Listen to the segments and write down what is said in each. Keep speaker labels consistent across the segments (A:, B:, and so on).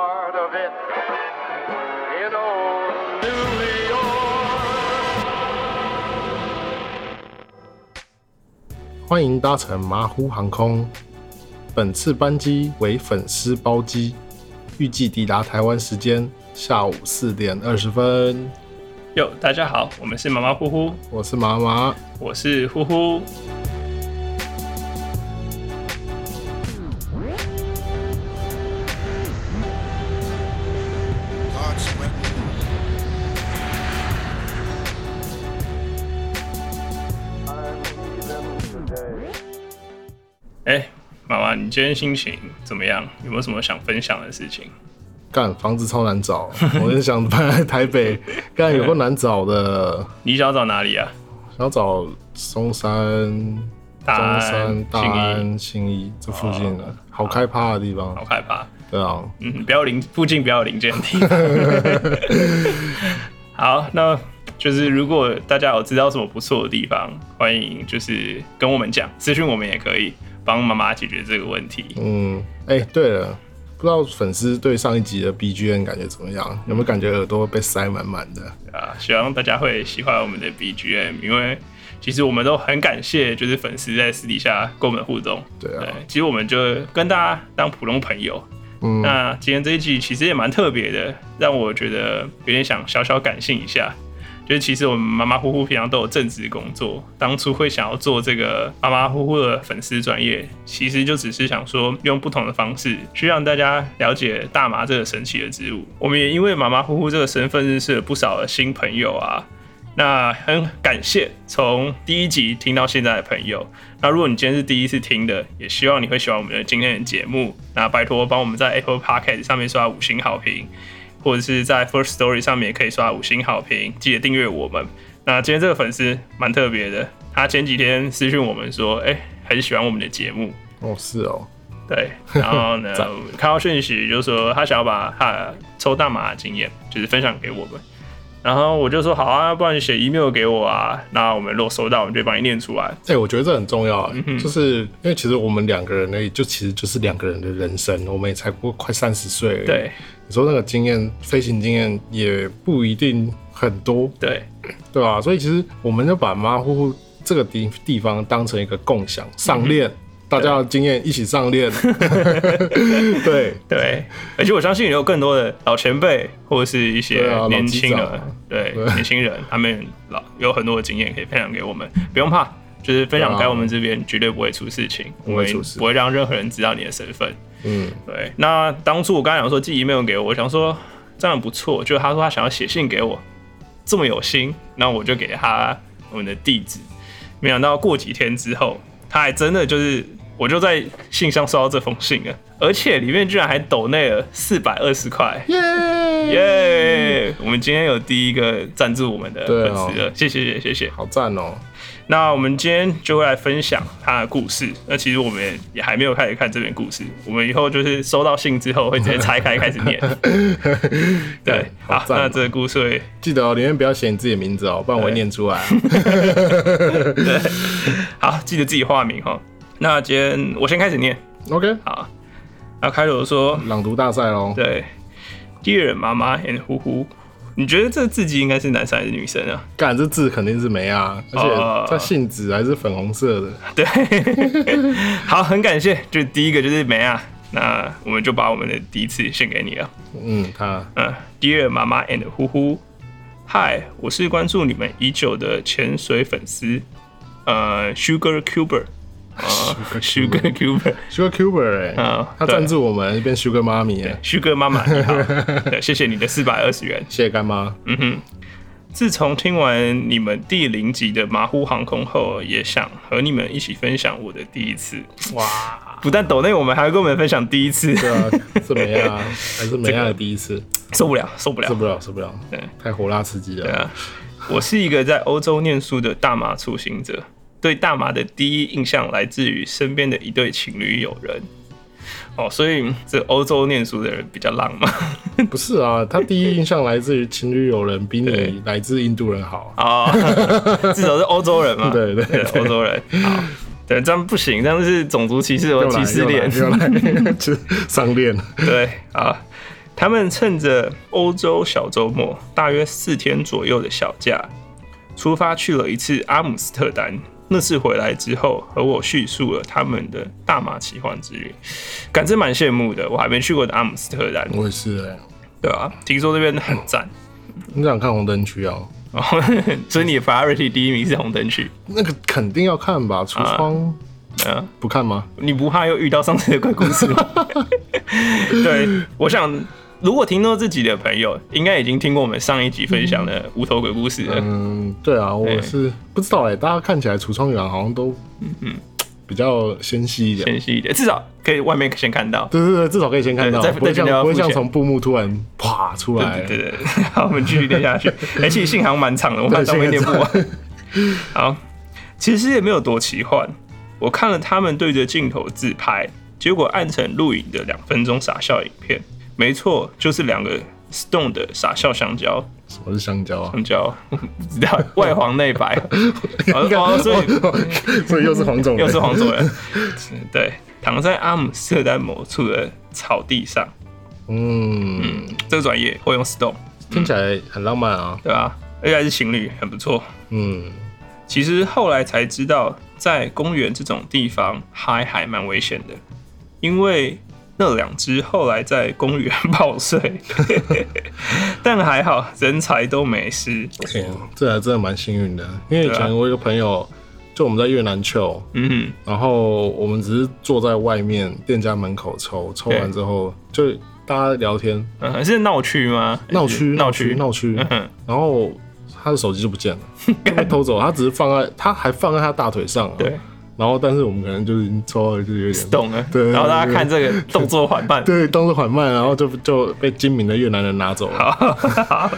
A: night in old New York.
B: 欢迎搭乘马虎航空。本次班机为粉丝包机，预计抵达台湾时间下午四点二十分。
C: 哟，大家好，我们是马马呼呼，
B: 我是麻麻，
C: 我是呼呼。
A: I'm leaving today.
C: 哎，妈妈，你今天心情怎么样？有没有什么想分享的事情？
B: 干房子超难 找，我很想搬来台北，干有够难找的，
C: 你想要找哪里啊？
B: 想要找松山、
C: 大
B: 中
C: 安
B: 山、大
C: 信
B: 安、信义这附近的，好开趴的地方
C: 啊好。害怕，
B: 对啊，
C: 嗯，不要临附近不要临这样 地方。好，那就是如果大家有知道什么不错的地方，欢迎就是跟我们讲，私讯我们也可以帮妈妈解决这个问题。
B: 嗯，哎、对了，不知道粉丝对上一集的 B G M 感觉怎么样？有没有感觉耳朵被塞满满的？
C: 啊，希望大家会喜欢我们的 BGM，因为其实我们都很感谢，就是粉丝在私底下跟我们互动。
B: 对啊
C: 对，其实我们就跟大家当普通朋友。
B: 嗯
C: 那今天这一集其实也蛮特别的，让我觉得有点想小小感性一下。就是其实我们马马虎虎平常都有正职工作，当初会想要做这个马马虎虎的粉丝专业，其实就只是想说用不同的方式去让大家了解大麻这个神奇的植物。我们也因为马马虎虎这个身份认识了不少的新朋友啊。那很感谢从第一集听到现在的朋友。那如果你今天是第一次听的，也希望你会喜欢我们的今天的节目。那拜托帮我们在 Apple Podcast 上面刷五星好评，或者是在 First Story 上面也可以刷五星好评，记得订阅我们。那今天这个粉丝蛮特别的，他前几天私讯我们说，哎、很喜欢我们的节目，
B: 哦，是哦，
C: 对，然后呢
B: 赞，
C: 看到讯息就说他想要把他抽大麻的经验，就是分享给我们。然后我就说好啊，不然你写 email 给我啊，那我们如果收到，我们就帮你念出来。
B: 哎、我觉得这很重要、
C: 嗯
B: 就是因为其实我们两个人而已，就其实就是两个人的人生，我们也才不过快三十岁。
C: 对，
B: 你说那个经验，飞行经验也不一定很多，
C: 对，
B: 对吧、所以其实我们就把马虎虎这个地地方当成一个共享
C: 嗯
B: 上链，大家的经验一起上 链。 对，
C: 对，而且我相信有更多的老前辈或者是一
B: 对
C: 些
B: 啊老
C: 年
B: 机
C: 轻
B: 长
C: 人，
B: 啊
C: 对
B: 对
C: 年轻人，他们老有很多的经验可以分享给我们，不用怕，就是分享
B: 对啊
C: 给我们这边绝对不会出事情，
B: 不
C: 我
B: 会
C: 们
B: 出事
C: 不会让任何人知道你的身份。
B: 嗯，
C: 对，那当初我刚才讲说寄 email 给我，我想说这样不错，就他说他想要写信给我，这么有心，那我就给他我们的地址。没想到过几天之后，他还真的就是，我就在信箱收到这封信了，而且里面居然还抖内了四百二十块，
B: 耶、
C: 耶、我们今天有第一个赞助我们的
B: 对
C: 粉
B: 哦
C: 丝了，谢谢谢谢谢谢。
B: 好赞哦！
C: 那我们今天就会来分享他的故事。那其实我们也也还没有开始看这篇故事，我们以后就是收到信之后会直接拆开开始念。对，
B: 好
C: 好，
B: 赞哦
C: 那这个故事会
B: 记得哦，里面不要写你自己的名字哦，不然我会
C: 对
B: 念出来啊、
C: 好，记得自己化名哈。那啊今天我先开始念
B: OK，
C: 好，那开头说，
B: 朗读大赛喽。
C: 对，Dear 妈妈 and 呼呼，你觉得这字迹应该是男生还是女生啊？
B: 干这字肯定是没啊，
C: 哦
B: 而且它信纸还是粉红色的。
C: 对，好，很感谢，就第一个就是梅啊，那我们就把我们的第一次献给你了。
B: 嗯，它
C: 嗯，Dear 妈妈 and 呼呼，嗨，我是关注你们已久的潜水粉丝，呃，Sugar Cuber，呃
B: Sugar
C: ，Sugar Cuber，
B: Sugar Cuber 哎、
C: 嗯
B: 他
C: 对
B: 赞助我们变 Sugar 妈咪哎、
C: Sugar 妈妈你好，对，谢谢你的四百二十元。
B: 谢谢干妈。
C: 嗯哼，自从听完你们第零集的马虎航空后，也想和你们一起分享我的第一次。
B: 哇，
C: 不但抖内，我们还会跟我们分享第一次，
B: 对啊，是没啊，还是没啊的第一次，
C: 受不了，受不了
B: 受。不了，受不了
C: 对，
B: 太火辣刺激
C: 对
B: 了。
C: 啊，我是一个在欧洲念书的大麻初行者，对大麻的第一印象来自于身边的一对情侣友人。哦，所以这欧洲念书的人比较浪漫
B: 不是啊，他第一印象来自于情侣友人，比你
C: 对
B: 来自印度人好。
C: 哦， 至少是欧洲人 嘛，
B: 对对对
C: 欧洲人。好，对，这样不行，这样是种族歧视和
B: 又来
C: 歧视链。
B: 又来，又来上链了。
C: 对啊，他们趁着欧洲小周末，大约四天左右的小假，出发去了一次阿姆斯特丹。那次回来之后，和我叙述了他们的大马奇幻之旅，感真蛮羡慕的。我还没去过的阿姆斯特丹，
B: 我也是哎、
C: 对啊，听说这边很赞。
B: 你想看红灯区啊？
C: 哦， 所以你的 priority 第一名是红灯区，
B: 那个肯定要看吧？橱窗
C: 嗯、
B: 不看吗？
C: 你不怕又遇到上次的鬼故事吗？ 对，我想，如果听到自己的朋友，应该已经听过我们上一集分享的无头鬼故事了。
B: 嗯，对啊，我是不知道哎、大家看起来橱窗员好像都嗯比较纤细一点。
C: 纤细一点，至少可以外面先看到。
B: 对对对，至少可以先看到
C: 对，再
B: 不会
C: 再
B: 像
C: 要
B: 不会
C: 付钱
B: 像从布幕突然啪出来。
C: 对对对，好，我们继续念下 去。而且信好像蛮长的，我怕上面念不完。好，其实也没有多奇幻。我看了他们对着镜头自拍，结果按成录影的两分钟傻笑影片。没错，就是两个 Stone 的傻笑香蕉，
B: 什么是香蕉啊？
C: 香蕉不知道 外黄内 白。哦哦，所以
B: 以 所以又是黄总，
C: 又是黄种人。对，躺在阿姆斯特丹某处的草地上，
B: 嗯，
C: 嗯，这个专业会用 Stone，
B: 听起来很浪漫啊。
C: 对吧、而且还是情侣，很不错。
B: 嗯，
C: 其实后来才知道，在公园这种地方嗨还蛮危险的，因为那两只后来在公园 爆睡，但还好人才都没事。
B: 哎呀这还真的蛮幸运的，因为以
C: 对啊
B: 前我有一个朋友，就我们在越南 chill，
C: 嗯
B: 然后我们只是坐在外面店家门口抽，抽完之后就大家聊天，
C: 哼，嗯，是闹区吗？
B: 闹区
C: 哎闹区，
B: 闹区，
C: 嗯哼
B: 然后他的手机就不见了，就被偷走，他只是放在 他还放在他大腿上、啊，
C: 对，
B: 然后但是我们可能就是已经抽到就是有点
C: 懂了。
B: 对
C: 然后大家看这个动作缓慢。
B: 对，动作缓慢，然后就就被精明的越南人拿走了。
C: 好 好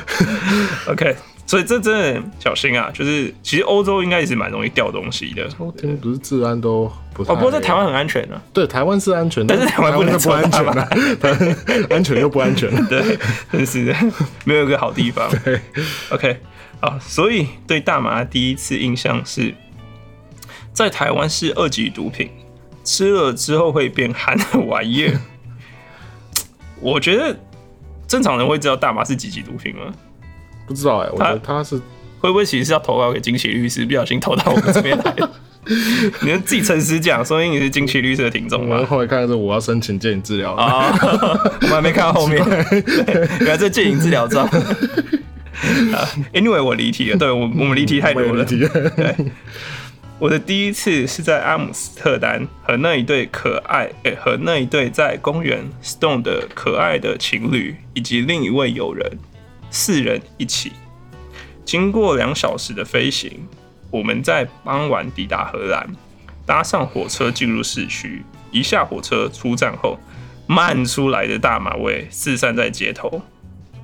C: ，OK，所以这真的小心啊！就是其实欧洲应该也是蛮容易掉东西的。
B: 我听不是治安都不太
C: 哦，不过在台湾很安全 啊。
B: 对台湾是安全，
C: 但是台湾不能
B: 就不安全了、台湾 安全又不安全。
C: 对，真是 的，没有一个好地方。
B: 对
C: OK，好，所以对大麻的第一次印象是，在台湾是二级毒品，吃了之后会变憨的玩意儿。我觉得正常人会知道大麻是几级毒品吗？
B: 不知道哎、我觉得他是
C: 会不会其实是要投稿给金奇律师，不小心投到我们这边来？你们自己诚实讲，说不定你是金奇律师的听
B: 我
C: 众吧
B: 们。后来看到说我要申请建议治疗啊
C: 啊、我们还没看到后面，原来这戒瘾治疗照。 啊，anyway，我离题了，对我我们离题太多 了。对，我的第一次是在阿姆斯特丹和那一对可爱，诶、和那一对在公园 Stone 的可爱的情侣以及另一位友人，四人一起。经过两小时的飞行，我们在傍晚抵达荷兰，搭上火车进入市区。一下火车出站后，漫出来的大马味四散在街头，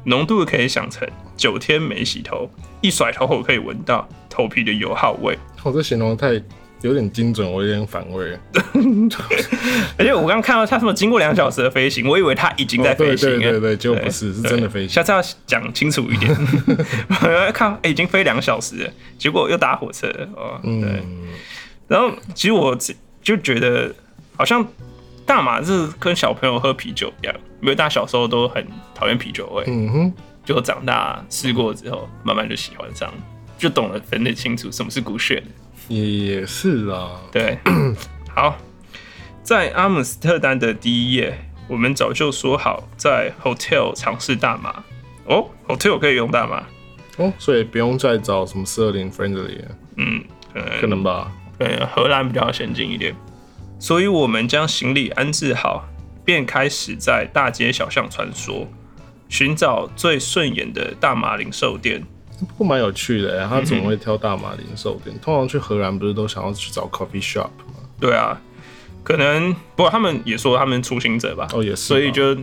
C: 浓度可以想成九天没洗头，一甩头后可以闻到头皮的油耗味。
B: 我哦这形容得太有点精准，我有点反胃。
C: 而且我刚看到他说经过两小时的飞行，我以为他已经在飞行了、
B: 哦对对对对结果不是是真的飞行
C: 下次要讲清楚一点。 看，哎、已经飞两小时了，结果又搭火车了哦。对。
B: 嗯，
C: 然后其实我自就觉得，好像大麻是跟小朋友喝啤酒一样，因为大家小时候都很讨厌啤酒味，
B: 嗯哼，
C: 就长大试过之后，慢慢就喜欢上，就懂得分得清楚什么是骨血。
B: 也是啊。
C: 对， 好，在阿姆斯特丹的第一夜，我们早就说好在 hotel 尝试大麻。哦，hotel 可以用大麻，
B: 哦，所以不用再找什么四二零 friendly，了
C: 嗯，可能
B: 可能吧？
C: 呃，荷兰比较先进一点，所以我们将行李安置好，便开始在大街小巷穿梭，寻找最顺眼的大麻零售店。
B: 不过蛮有趣的欸，他怎么会挑大马零售店？通常去荷兰不是都想要去找 coffee shop 吗？
C: 对啊，可能不过他们也说他们出行者吧，
B: 哦，也是吧，
C: 所以就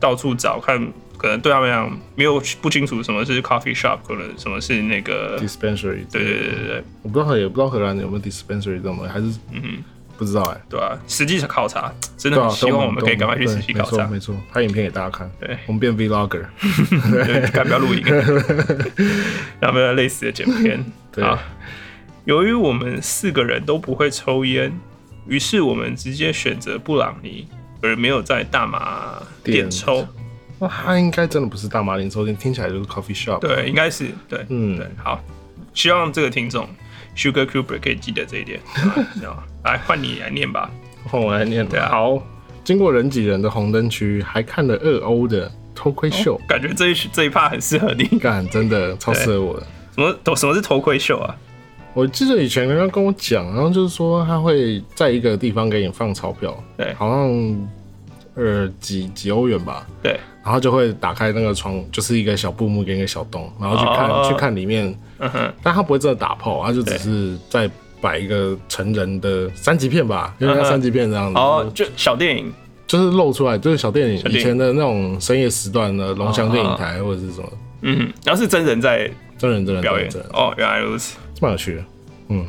C: 到处找看，可能对他们来讲没有不清楚什么是 coffee shop，可能什么是那个，
B: dispensary。
C: 对对对对对
B: 我不知道，也不知道荷兰有没有 dispensary 这种东西，还是
C: 嗯
B: 不知道哎。
C: 对啊，实际考察真
B: 对
C: 的
B: 啊，
C: 很希
B: 懂
C: 望我们可以赶快去
B: 懂
C: 实际
B: 对
C: 考察，
B: 没错没错，拍影片给大家看。
C: 对。
B: 我们变 vlogger，
C: 对，干不要录影， 然后没有类似的剪片。
B: 对
C: 好，由于我们四个人都不会抽烟，于是我们直接选择布朗尼，而没有在大麻店抽。
B: 哦那它应该真的不是大麻零售店，听起来就是 coffee shop。
C: 对，应该是对，
B: 嗯
C: 嗯，对，好，希望这个听众 Sugar Cooper 可以记得这一点。对吧来，换你来念吧。
B: 换我来念。
C: 对啊
B: 好，经过人挤人的红灯区，还看了二欧的偷
C: 哦
B: 窥秀，
C: 感觉这一这一趴很适合你。
B: 干、真的超适合我的。
C: 什么头什么是头盔秀啊？
B: 我记得以前人家跟我讲，然后就是说他会在一个地方给你放钞票，
C: 对
B: 好像呃几几欧元吧，
C: 对，
B: 然后就会打开那个窗，就是一个小布幕跟一个小洞，然后去看、
C: 哦
B: 去看里面，
C: 嗯哼，
B: 但他不会真的打炮，他就只
C: 对
B: 是在摆一个成人的三级片吧，因为像
C: 嗯哼
B: 三级片这样子，
C: 哦，就小电影，
B: 就是露出来，就是小电影
C: 小
B: 以
C: 电影啊
B: 前的那种深夜时段的龙翔电影台或者是什么
C: 嗯哼，然后是真人在
B: 真人真人
C: 表演
B: 真人，。
C: 哦，原来如此。
B: 蛮有趣的。嗯，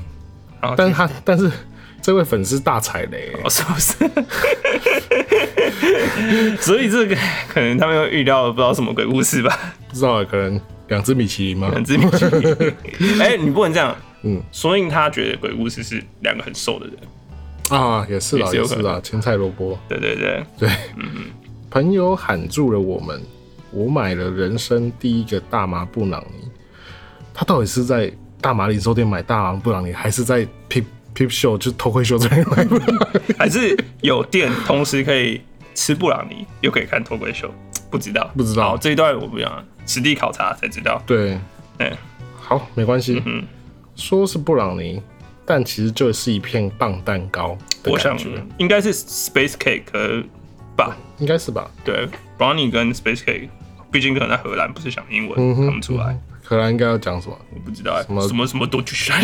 C: 然后
B: 但是他但是这位粉丝大踩雷，
C: 哦，是 不是？所以这个可能他们又预料了不知道什么鬼故事吧？
B: 不知道可能两只米其林吗？
C: 很 致命。哎、你不能这样。
B: 嗯
C: 所以他觉得鬼故事是两个很瘦的人。
B: 啊，也是啦，
C: 也是
B: 也
C: 有
B: 是
C: 可嗯
B: 啦，青菜萝卜。
C: 对对对，
B: 对，朋友喊住了我们，我买了人生第一个大麻布朗尼。他到底是在大麻零售店买大麻布朗尼，还是在 Peep Peep Show 就偷窥秀这里买布朗尼？
C: 还是有店同时可以吃布朗尼，又可以看脱轨秀，不知道，
B: 不知道
C: 好，这一段我不想实地考察才知道。
B: 对，
C: 嗯，
B: 好，没关系。
C: 嗯
B: 说是布朗尼，但其实就是一片棒蛋糕的
C: 我
B: 感
C: 想
B: 觉，
C: 应该是 Space Cake 吧？
B: 应该是吧？
C: 对，Brownie 跟 Space Cake，毕竟可能在荷兰，不是讲英文，
B: 嗯哼
C: 看不出来。
B: 荷兰应该要讲什么？
C: 我不知道什
B: 么
C: 么什么什么多去山，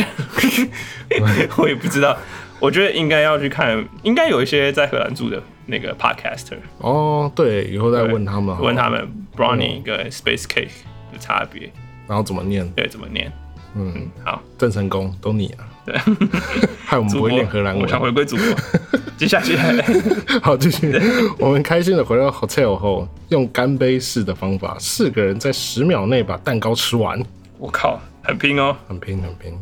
C: 我也不知道。我觉得应该要去看，应该有一些在荷兰住的那个 podcaster，
B: 哦，对，以后再
C: 对
B: 问他们，
C: 问他，们 brownie 跟 space cake 的差别，
B: 然后怎么念？
C: 对，怎么念？
B: 嗯，
C: 好，
B: 郑成功，都你啊，
C: 对，
B: 害我们
C: 主
B: 不
C: 播
B: 会念荷兰
C: 我想
B: 文。
C: 回归主播。 接下来，
B: 好，继续。 我们开心的回到 hotel 后，用干杯式的方法，四个人在十秒内把蛋糕吃完，
C: 我靠，很拼哦。
B: 很拼很拼。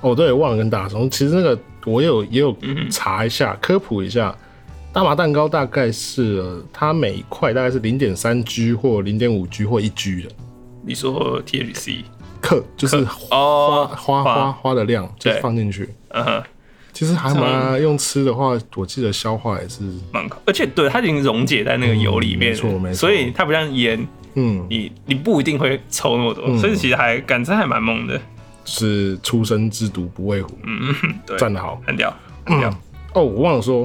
B: 哦，对，忘了跟大家说，其实那个我也有也有
C: 嗯
B: 查一下，科普一下。大麻蛋糕大概是呃它每一块大概是零点三 G 或零点五 G 或一 G 的
C: 你说 THC，
B: 克，就是花
C: 哦，
B: 花花花的量，就是
C: 对
B: 放进去。
C: 嗯哼，
B: 其实还蛮用吃的话，我记得消化也是，
C: 蛮好。而且对，它已经溶解在那个油里面
B: 嗯没错没
C: 了，
B: 错
C: 所以它不像烟，
B: 嗯，
C: 你你不一定会抽那么多，所以其实还感觉还蛮猛的。
B: 是出生之毒不畏虎，
C: 嗯， 对，
B: 站得好。
C: 很屌，很屌。
B: 哦，我忘了说，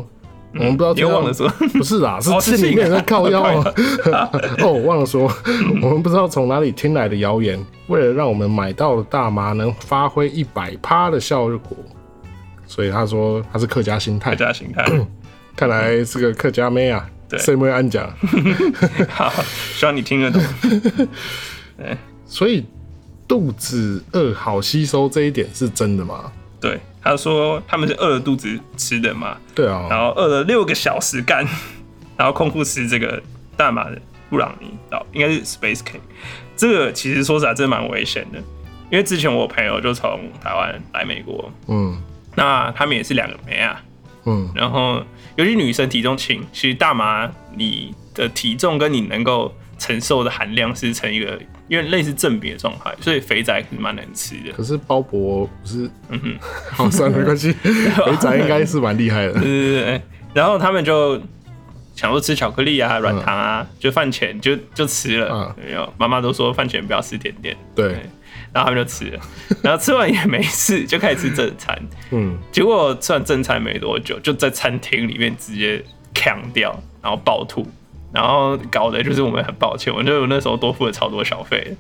B: 我们不知道
C: 嗯你
B: 听
C: 又
B: 到
C: 忘 了说
B: 不是啦，是
C: 哦
B: 这
C: 是
B: 里面
C: 你啊
B: 在靠腰 啊。
C: 啊
B: 哦，我忘了说，我们不知道从哪里听来的谣言，为了让我们买到的大麻能发挥一百趴的效果，所以他说他是客家心态
C: 客，家形态。
B: 看来是个客家妹啊。
C: 对
B: 谁没安讲？
C: 好，希望你听得懂。
B: 所以肚子饿好吸收这一点是真的吗？
C: 对，他说他们是饿了肚子吃的嘛，
B: 对啊，
C: 然后饿了六个小时干，然后空腹吃这个大麻的布朗尼，哦，应该是 Space Cake。这个其实说实在，真的蛮危险的，因为之前我朋友就从台湾来美国，
B: 嗯
C: 那他们也是两个妹啊，
B: 嗯，
C: 然后尤其女生体重轻，其实大麻你的体重跟你能够承受的含量是成一个，因为类似正比的状态，所以肥仔是蛮难吃的。
B: 可是鲍勃不是，
C: 嗯哼，
B: 好算了，没关 系，肥仔应该是蛮厉害的。
C: 对对对对，然后他们就想说吃巧克力啊、软糖
B: 嗯
C: 啊，就饭前就就吃了。没有，妈妈都说饭前不要吃甜点，
B: 对，
C: 然后他们就吃 了，然后吃完也没事，就开始吃正餐。
B: 嗯，
C: 结果吃完正餐没多久，就在餐厅里面直接呛掉，然后暴吐，然后搞的就是我们很抱歉，我就那时候多付了超多小费，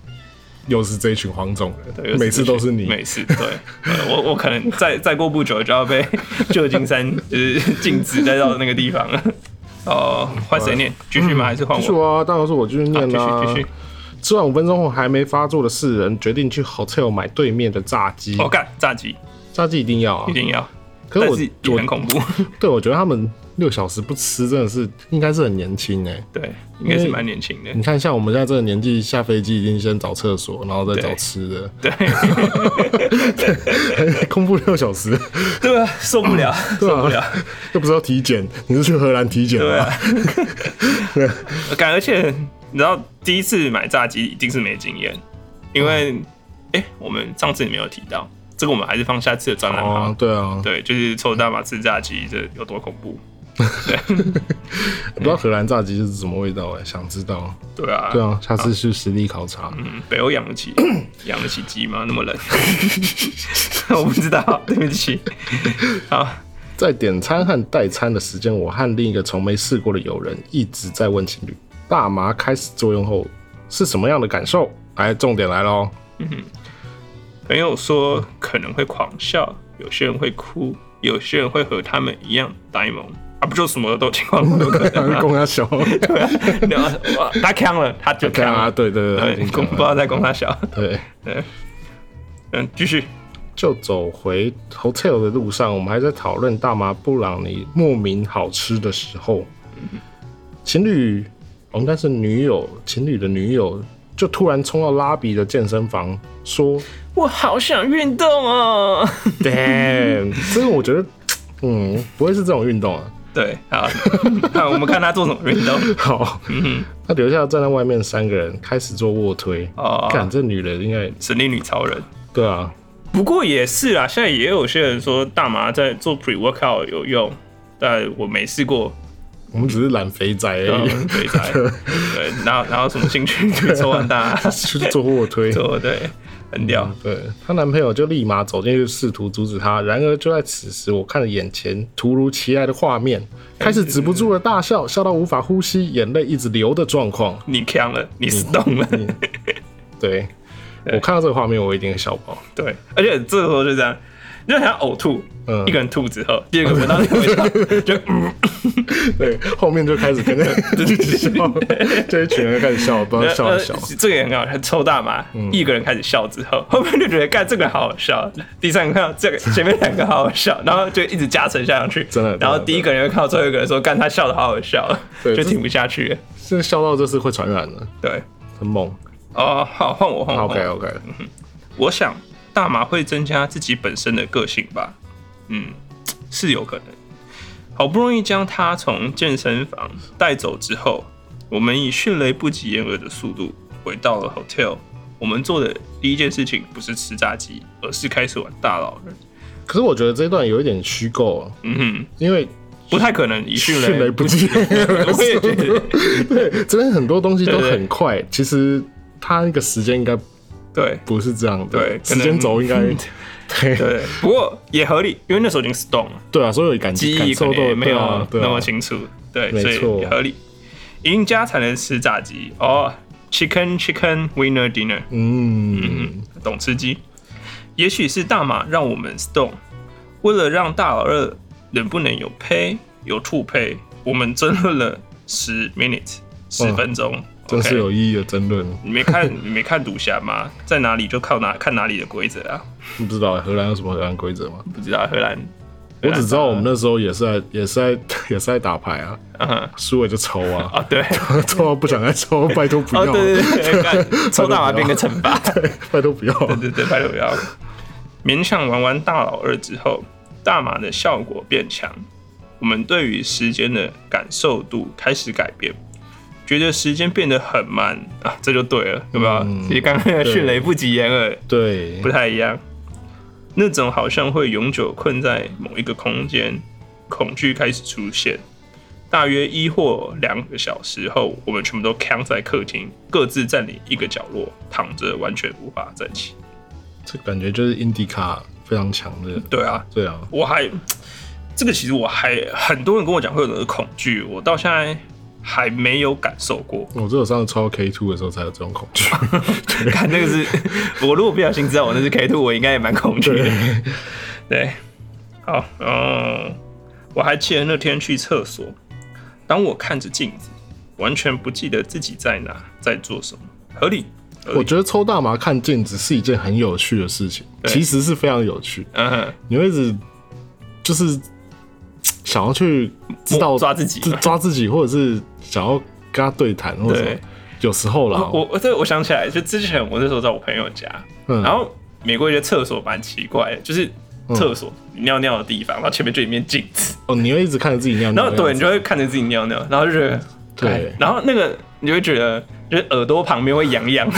B: 又是这一群黄种
C: 对，
B: 人，每次都是你。
C: 每次对，对我我可能再 再过不久就要被 旧金山 就是禁止再到那个地方了。哦，换谁念？继续吗？还是换
B: 啊继续
C: 我？
B: 啊，当然是我继续
C: 好
B: 念
C: 继
B: 啦、
C: 续继续。
B: 吃完五分钟后还没发作的四人决定去 hotel 买对面的炸鸡，
C: 哦我干炸鸡
B: 炸鸡一定要啊
C: 一！定要，
B: 可
C: 但
B: 是
C: 是
B: 我
C: 也很恐怖。
B: 对，我觉得他们六小时不吃真的是应该是很年轻哎、
C: 对，应该是蛮年轻的。
B: 你看，像我们现在这个年纪，下飞机一定先找厕所，然后再找
C: 对
B: 吃的，
C: 对
B: 还 空腹六小 时，
C: 对啊，受不了，
B: 对
C: 受
B: 啊
C: 不了。
B: 又不是要体检，你是去荷兰体检
C: 对
B: 吗
C: 啊？
B: 啊
C: 感，而且你知道第一次买炸鸡一定是没经验，因为哎、诶我们上次也没有提到这个，我们还是放下次的专栏好了
B: 哦，对啊，
C: 对，就是臭大麻吃炸鸡这有多恐怖？
B: 不知道荷兰炸鸡是什么味道哎、想知道？
C: 对啊，
B: 对啊，下次去实地考察。
C: 嗯，北欧养得 起养得起鸡吗？那么冷， 我不知道，对不起。好，
B: 在点餐和代餐的时间，我和另一个从没试过的友人一直在问情侣，大麻开始作用后是什么样的感受？哎，重点来喽！
C: 朋友说可能会狂笑，有些人会哭，有些人会和他们一样呆萌，啊，不就什么都情况都可能、 啊。
B: 公他小，
C: 对啊然后哇他呛了，他就
B: 对
C: 呛
B: 啊，
C: 了，
B: 对对对，
C: 对，
B: 已经
C: 公
B: 讲
C: 不知
B: 了
C: 道在公他笑。
B: 对。
C: 嗯，继续。
B: 就走回 hotel 的路上，我们还在讨论大麻布朗尼莫名好吃的时候，情侣，哦，但是女友情侣的女友就突然冲到拉比的健身房说
C: 我好想运动哦。
B: ：“Damn！” 这个我觉得，嗯，不会是这种运动啊。
C: 对，好， 那我们看他做什么运动。
B: 好，
C: 嗯
B: 他留下站在外面三个人开始做卧推。
C: 哦，
B: 看这女的应该
C: 神力女超人。
B: 对啊，
C: 不过也是啦，现在也有些人说大麻在做 pre workout 有用，但我没试过，
B: 我们只是懒肥仔而
C: 然后
B: 已，
C: 肥宅，对，然后然后什么兴趣去抽完大麻
B: 去做卧推。
C: 做， 对，很屌。
B: 对她男朋友就立马走进去试图阻止她，然而就在此时，我看了眼前突如其来的画面，
C: 哎
B: 开始止不住的大
C: 嗯
B: 笑，笑到无法呼吸，眼泪一直流的状况。
C: 你强了，你是动了，
B: 对
C: 哎
B: 我看到这个画面，我一定会笑爆。
C: 对，而且这个时候就这样，你就想呕吐，
B: 嗯
C: 一个人吐之后，第二个闻到那个味道，就嗯，
B: 对，后面就开始跟着 一起笑， 这一群人开始笑，不知道笑啊笑。
C: 呃
B: 嗯
C: 这个也很好笑，抽大麻，一个人开始笑之后，后面就觉得干这个好好笑，啊第三个看到这个前面两个好好笑，然后就一直加成下去，
B: 真的真的
C: 然后第一个人又看到最后一个人说干他笑的好好笑，啊
B: 对
C: 就
B: 这
C: 停不下去了，
B: 这笑到这是会传染的，
C: 对。
B: 很猛。
C: 哦，好，换我，换我。
B: OK
C: 换我
B: OK，
C: 我想大麻会增加自己本身的个性吧，嗯，是有可能。好不容易将它从健身房带走之后，我们以迅雷不及掩耳的速度回到了 hotel。我们做的第一件事情不是吃炸鸡，而是开始玩大老人。
B: 可是我觉得这一段有一点虚构啊，
C: 嗯
B: 因为
C: 哼，不太可能以迅
B: 迅雷
C: 雷
B: 不及掩耳的
C: 我 也觉得，
B: 对，这边很多东西都
C: 对对
B: 很快，其实它那个时间应该
C: 对
B: 不是这样的，
C: 对可
B: 时
C: 能嗯
B: 间轴应该 对
C: 对，不过也合理，因为那时候已经 stone 了。
B: 对啊，所以感
C: 记
B: 感
C: 忆可
B: 受
C: 能
B: 都
C: 也没
B: 对啊
C: 有
B: 对啊
C: 那么清楚，对，
B: 没
C: 所
B: 错
C: 以也合理。赢家才能吃炸鸡哦，chicken chicken winner dinner，
B: 嗯，
C: 懂吃鸡。也许是大马让我们 stone，为了让大老二能不能有胚有兔胚，我们争论了十 minutes 十分钟，
B: 真是
C: OK
B: 有意义的争论，
C: 你没看 你没看赌侠吗？在哪里就靠哪看哪里的规则啊！
B: 不知道荷兰有什么荷兰规则吗？
C: 不知道荷兰，啊
B: 我只知道我们那时候也是在也是在 也是在打牌啊，
C: 嗯哼
B: 输了就抽啊，
C: 啊对，
B: 抽到不想再抽， 拜托不
C: 哦
B: 要，啊
C: 对对对，干抽大麻变个惩罚。
B: 对拜托不要，啊
C: 对对，拜托不要。勉强玩完大老二之后，大麻的效果变强，我们对于时间的感受度开始改变，觉得时间变得很慢啊，这就对了，有没有？
B: 嗯
C: 其实刚刚那个
B: 对
C: 迅雷不及掩耳
B: 对
C: 不，太一样，那种好像会永久困在某一个空间，恐惧开始出现。大约一或两个小时后，我们全部都扛在客厅，各自占领一个角落，躺着，完全无法站起。
B: 这感觉就是 Indica 非常强的，
C: 对啊，
B: 对啊，
C: 我还这个其实我还很多人跟我讲会有那个恐惧，我到现在还没有感受过。
B: 我只有上次抽 K two 的时候才有这种恐惧。
C: 看那个 是，我如果不小心知道我那是 K two，我应该也蛮恐惧的。对，好，嗯，我还记得那天去厕所，当我看着镜子，完全不记得自己在哪，在做什么，合理。合理
B: 我觉得抽大麻看镜子是一件很有趣的事情，
C: 对
B: 其实是非常有趣。
C: 嗯哼，
B: 你会一直就是嘖想要去知道
C: 抓自己
B: 自抓自己，或者是想要跟他对谈，或者什么
C: 对
B: 有时候啦，
C: 我我这我想起来，就之前我那时候在我朋友家，
B: 嗯
C: 然后美国有些厕所蛮奇怪的，就是厕所、你尿尿的地方，然后前面就一面镜子，
B: 哦，你会一直看着自己尿
C: 然
B: 尿
C: 后
B: 的样子，
C: 对你就会看着自己尿尿，然后就觉得
B: 嗯对
C: 哎然后那个你就会觉得就是耳朵旁边会痒 痒，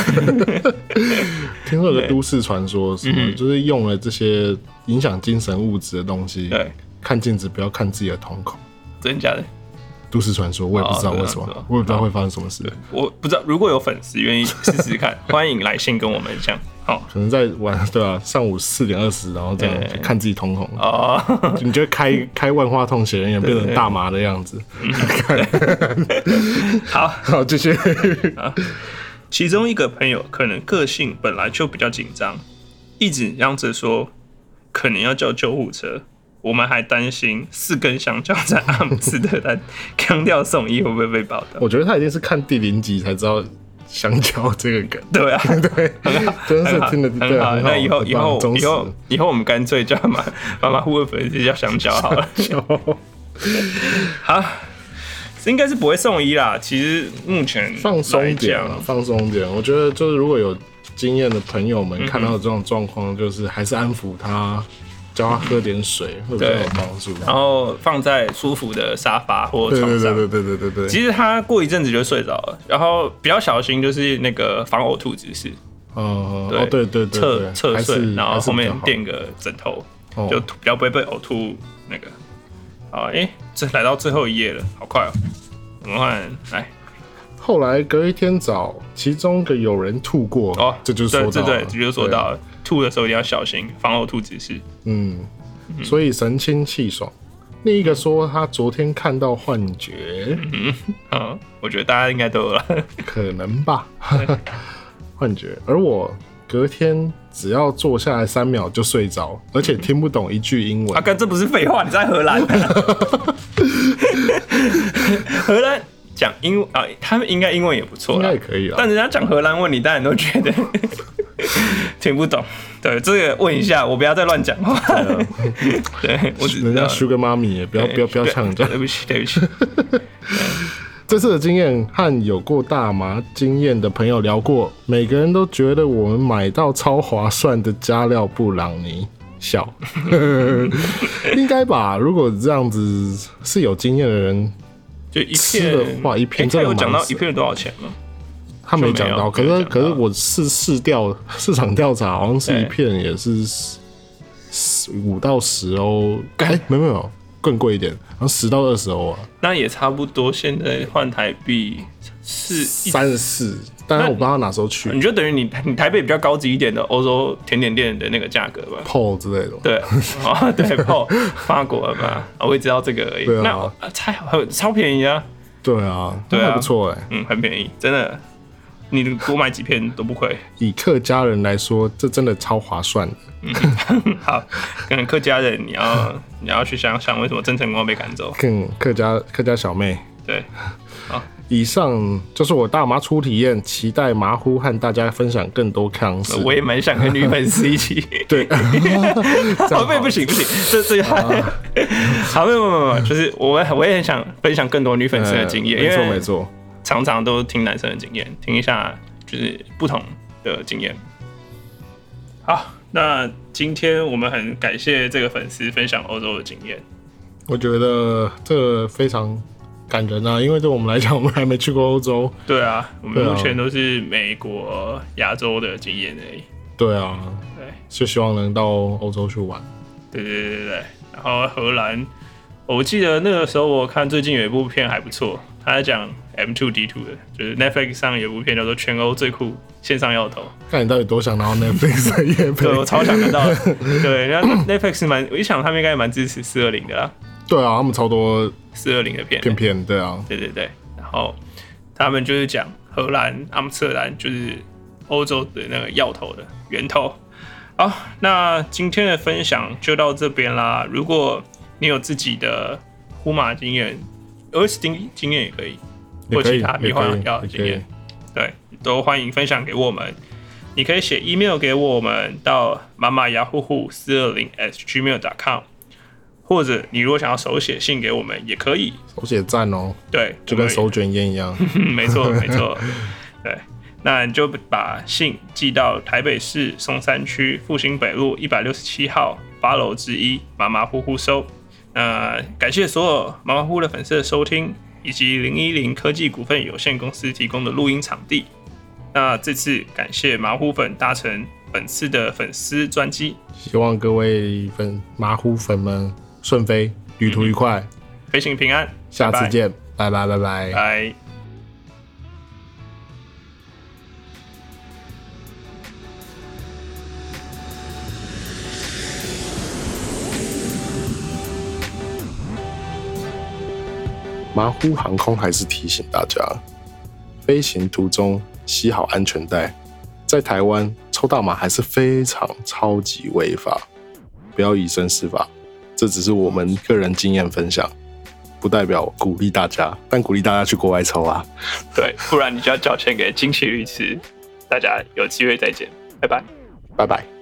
B: 听说有个都市传说，什么
C: 嗯
B: 就是用了这些影响精神物质的东西，
C: 对，
B: 看镜子不要看自己的瞳孔。
C: 真的假的？
B: 都市传说，我也不知道
C: 哦对啊
B: 为什么，
C: 对啊
B: 我也不知道会发生什么事，
C: 我不知道，如果有粉丝愿意试 试看，欢迎来信跟我们讲。好
B: 可能在晚对啊，上午四点二十，然后这样
C: 对
B: 就看自己瞳孔，
C: 哦，
B: 你就会开开万花筒显人眼，变成大麻的样子。
C: 好。
B: 好，继续。
C: 其中一个朋友可能个性本来就比较紧张，一直嚷着说可能要叫救护车。我们还担心四根香蕉在阿姆斯特 丹刚掉送医会不会被报道？
B: 我觉得他一定是看第零集才知道香蕉这个 梗，
C: 对啊，
B: 对，真是
C: 很好，
B: 听得对
C: 很
B: 啊，
C: 好。
B: 很
C: 那以后
B: 很
C: 以后
B: 棒忠
C: 以
B: 实
C: 后以后我们干脆叫妈 妈妈呼的粉丝叫香蕉 好了。好，应该是不会送医啦。其实目前
B: 放松一点
C: 来
B: 啊
C: 讲，
B: 放松一点。我觉得就是如果有经验的朋友们看到这种状况，就是还是安抚他，叫他喝点水，
C: 嗯
B: 会比较有帮助。
C: 然后放在舒服的沙发或
B: 对
C: 床
B: 对对
C: 上
B: 对。对对对对，
C: 其实他过一阵子就睡着了，然后比较小心就是那个防呕吐姿势，
B: 哦哦对对对
C: 侧
B: 对，
C: 侧
B: 还
C: 睡，
B: 是
C: 然后
B: 还是
C: 后
B: 比
C: 面
B: 较好
C: 垫个枕头，
B: 哦
C: 就比较不会被呕吐那个。好，哎、这来到最后一页了，好快哦！我们换来
B: 后来隔一天早，其中一个有人吐过，
C: 哦，
B: 这就是说
C: 对
B: 到
C: 对
B: 了啊
C: 对，这就是说到了吐的时候一定要小心防呕吐姿势。
B: 嗯，所以神清气爽。另一个说他昨天看到幻觉，
C: 嗯，我觉得大家应该都有了。
B: 可能吧， 幻觉。而我隔天只要坐下来三秒就睡着，而且听不懂一句英文。
C: 阿啊哥，这不是废话，你在荷兰、啊 荷兰讲英文啊，他们应该英文也不错
B: 应
C: 啦，
B: 该也可以啦
C: 但人家讲荷兰文，你当然都觉 得听不懂。对，这个问一下，我不要再乱讲话。 对，我只知
B: 嗯人
C: 道
B: 家 Sugar Mommy 也不要不要不要呛人家。
C: 呃对不起，对不起。
B: 这次的经验和有过大麻经验的朋友聊过，每个人都觉得我们买到超划算的加料布朗尼，笑， 应该吧？如果这样子是有经验的人，
C: 就一
B: 吃
C: 片
B: 的话一片
C: 诶
B: 真的
C: 他有讲
B: 蛮
C: 到一片多少钱吗？
B: 他没讲到，可
C: 就没
B: 是
C: 有没有讲到
B: 可是我市市调市场调查好像是一片也是十十五到十欧，哎、没有没有更贵一点，好像十到二十欧啊，
C: 那也差不多，现在换台币是一
B: 三十四，当然我不知道他哪时候去
C: 你就等于你你台北比较高级一点的欧洲甜点店的那个价格吧。
B: PO 之类的，
C: 对，哦，对，泡法国嘛，啊我也知道这个而已。
B: 对啊
C: 那啊菜很超便宜啊，
B: 对啊，
C: 对啊
B: 那还不错哎、
C: 嗯，很便宜，真的，你多买几片都不亏。
B: 以客家人来说，这真的超划算的。
C: 嗯好，可能客家人你要你要去想想为什么郑成功被赶走。
B: 更客家客家小妹，
C: 对，
B: 以上就是我大麻初体验，期待麻糊和大家分享更多康事。
C: 我也蛮想跟女粉丝一起。
B: 对，这
C: 宝
B: 样
C: 贝不行不行，这这
B: 啊
C: 好，没有没有没有没有，就是我我也很想分享更多女粉丝的经验，
B: 呃没
C: 因
B: 错
C: 为
B: 没错。
C: 常常都听男生的经验，听一下就是不同的经验。好，那今天我们很感谢这个粉丝分享欧洲的经验。
B: 我觉得这个非常感人啊，因为对我们来讲，我们还没去过欧洲。
C: 对啊，我们
B: 对啊
C: 目前都是美国、亚洲的经验而已。
B: 对啊，
C: 对，
B: 就希望能到欧洲去玩。
C: 对对对对对。然后荷兰，我记得那个时候我看最近有一部片还不错，他在讲 M two D two 的，就是 Netflix 上有一部片叫做《全欧最酷线上要头》。
B: 看你到底多想拿 到 Netflix 的夜配
C: 对，？我超想得到的。对，然后 Netflix 蛮，我一想他们应该也蛮支持四二零的啦，
B: 对啊，他们超多
C: 四二零 的片。
B: 片片，对啊，
C: 对对对，然后他们就是讲荷兰、阿姆斯特丹，就是欧洲的那个药头的源头。好，那今天的分享就到这边啦。如果你有自己的呼马经验，俄斯汀经验也可以，
B: 也
C: 或
B: 可以，
C: 其他
B: 也
C: 迷
B: 可
C: 幻
B: 以，
C: 药的
B: 也
C: 经
B: 可以
C: 验，。对，都欢迎分享给我们。你可以写 email 给我们到妈妈牙呼呼四二零 s gmail.com，或者你如果想要手写信给我们也可以。
B: 手写赞哦，
C: 对，
B: 就跟
C: 我们
B: 手卷烟一 样。
C: 嗯，没错，没错，对。那你就把信寄到台北市松山区复兴北路一百六十七号八楼之一，马马虎虎收。那感谢所有马马虎虎的粉丝的收听，以及零一零科技股份有限公司提供的录音场地。那这次感谢马虎粉搭乘本次的粉丝专机，
B: 希望各位粉马虎粉们顺飞，旅途愉快，
C: 飞行平安，
B: 下次
C: 嗯拜拜，
B: 见，拜拜拜拜。
C: 拜。
B: 马虎航空还是提醒大家，飞行途中系好安全带。在台湾抽大麻还是非常超级违法，不要以身试法。这只是我们个人经验分享，不代表鼓励大家，但鼓励大家去国外抽啊。
C: 对，不然你就要缴钱给金奇律师。大家有机会再见，拜拜。
B: 拜拜。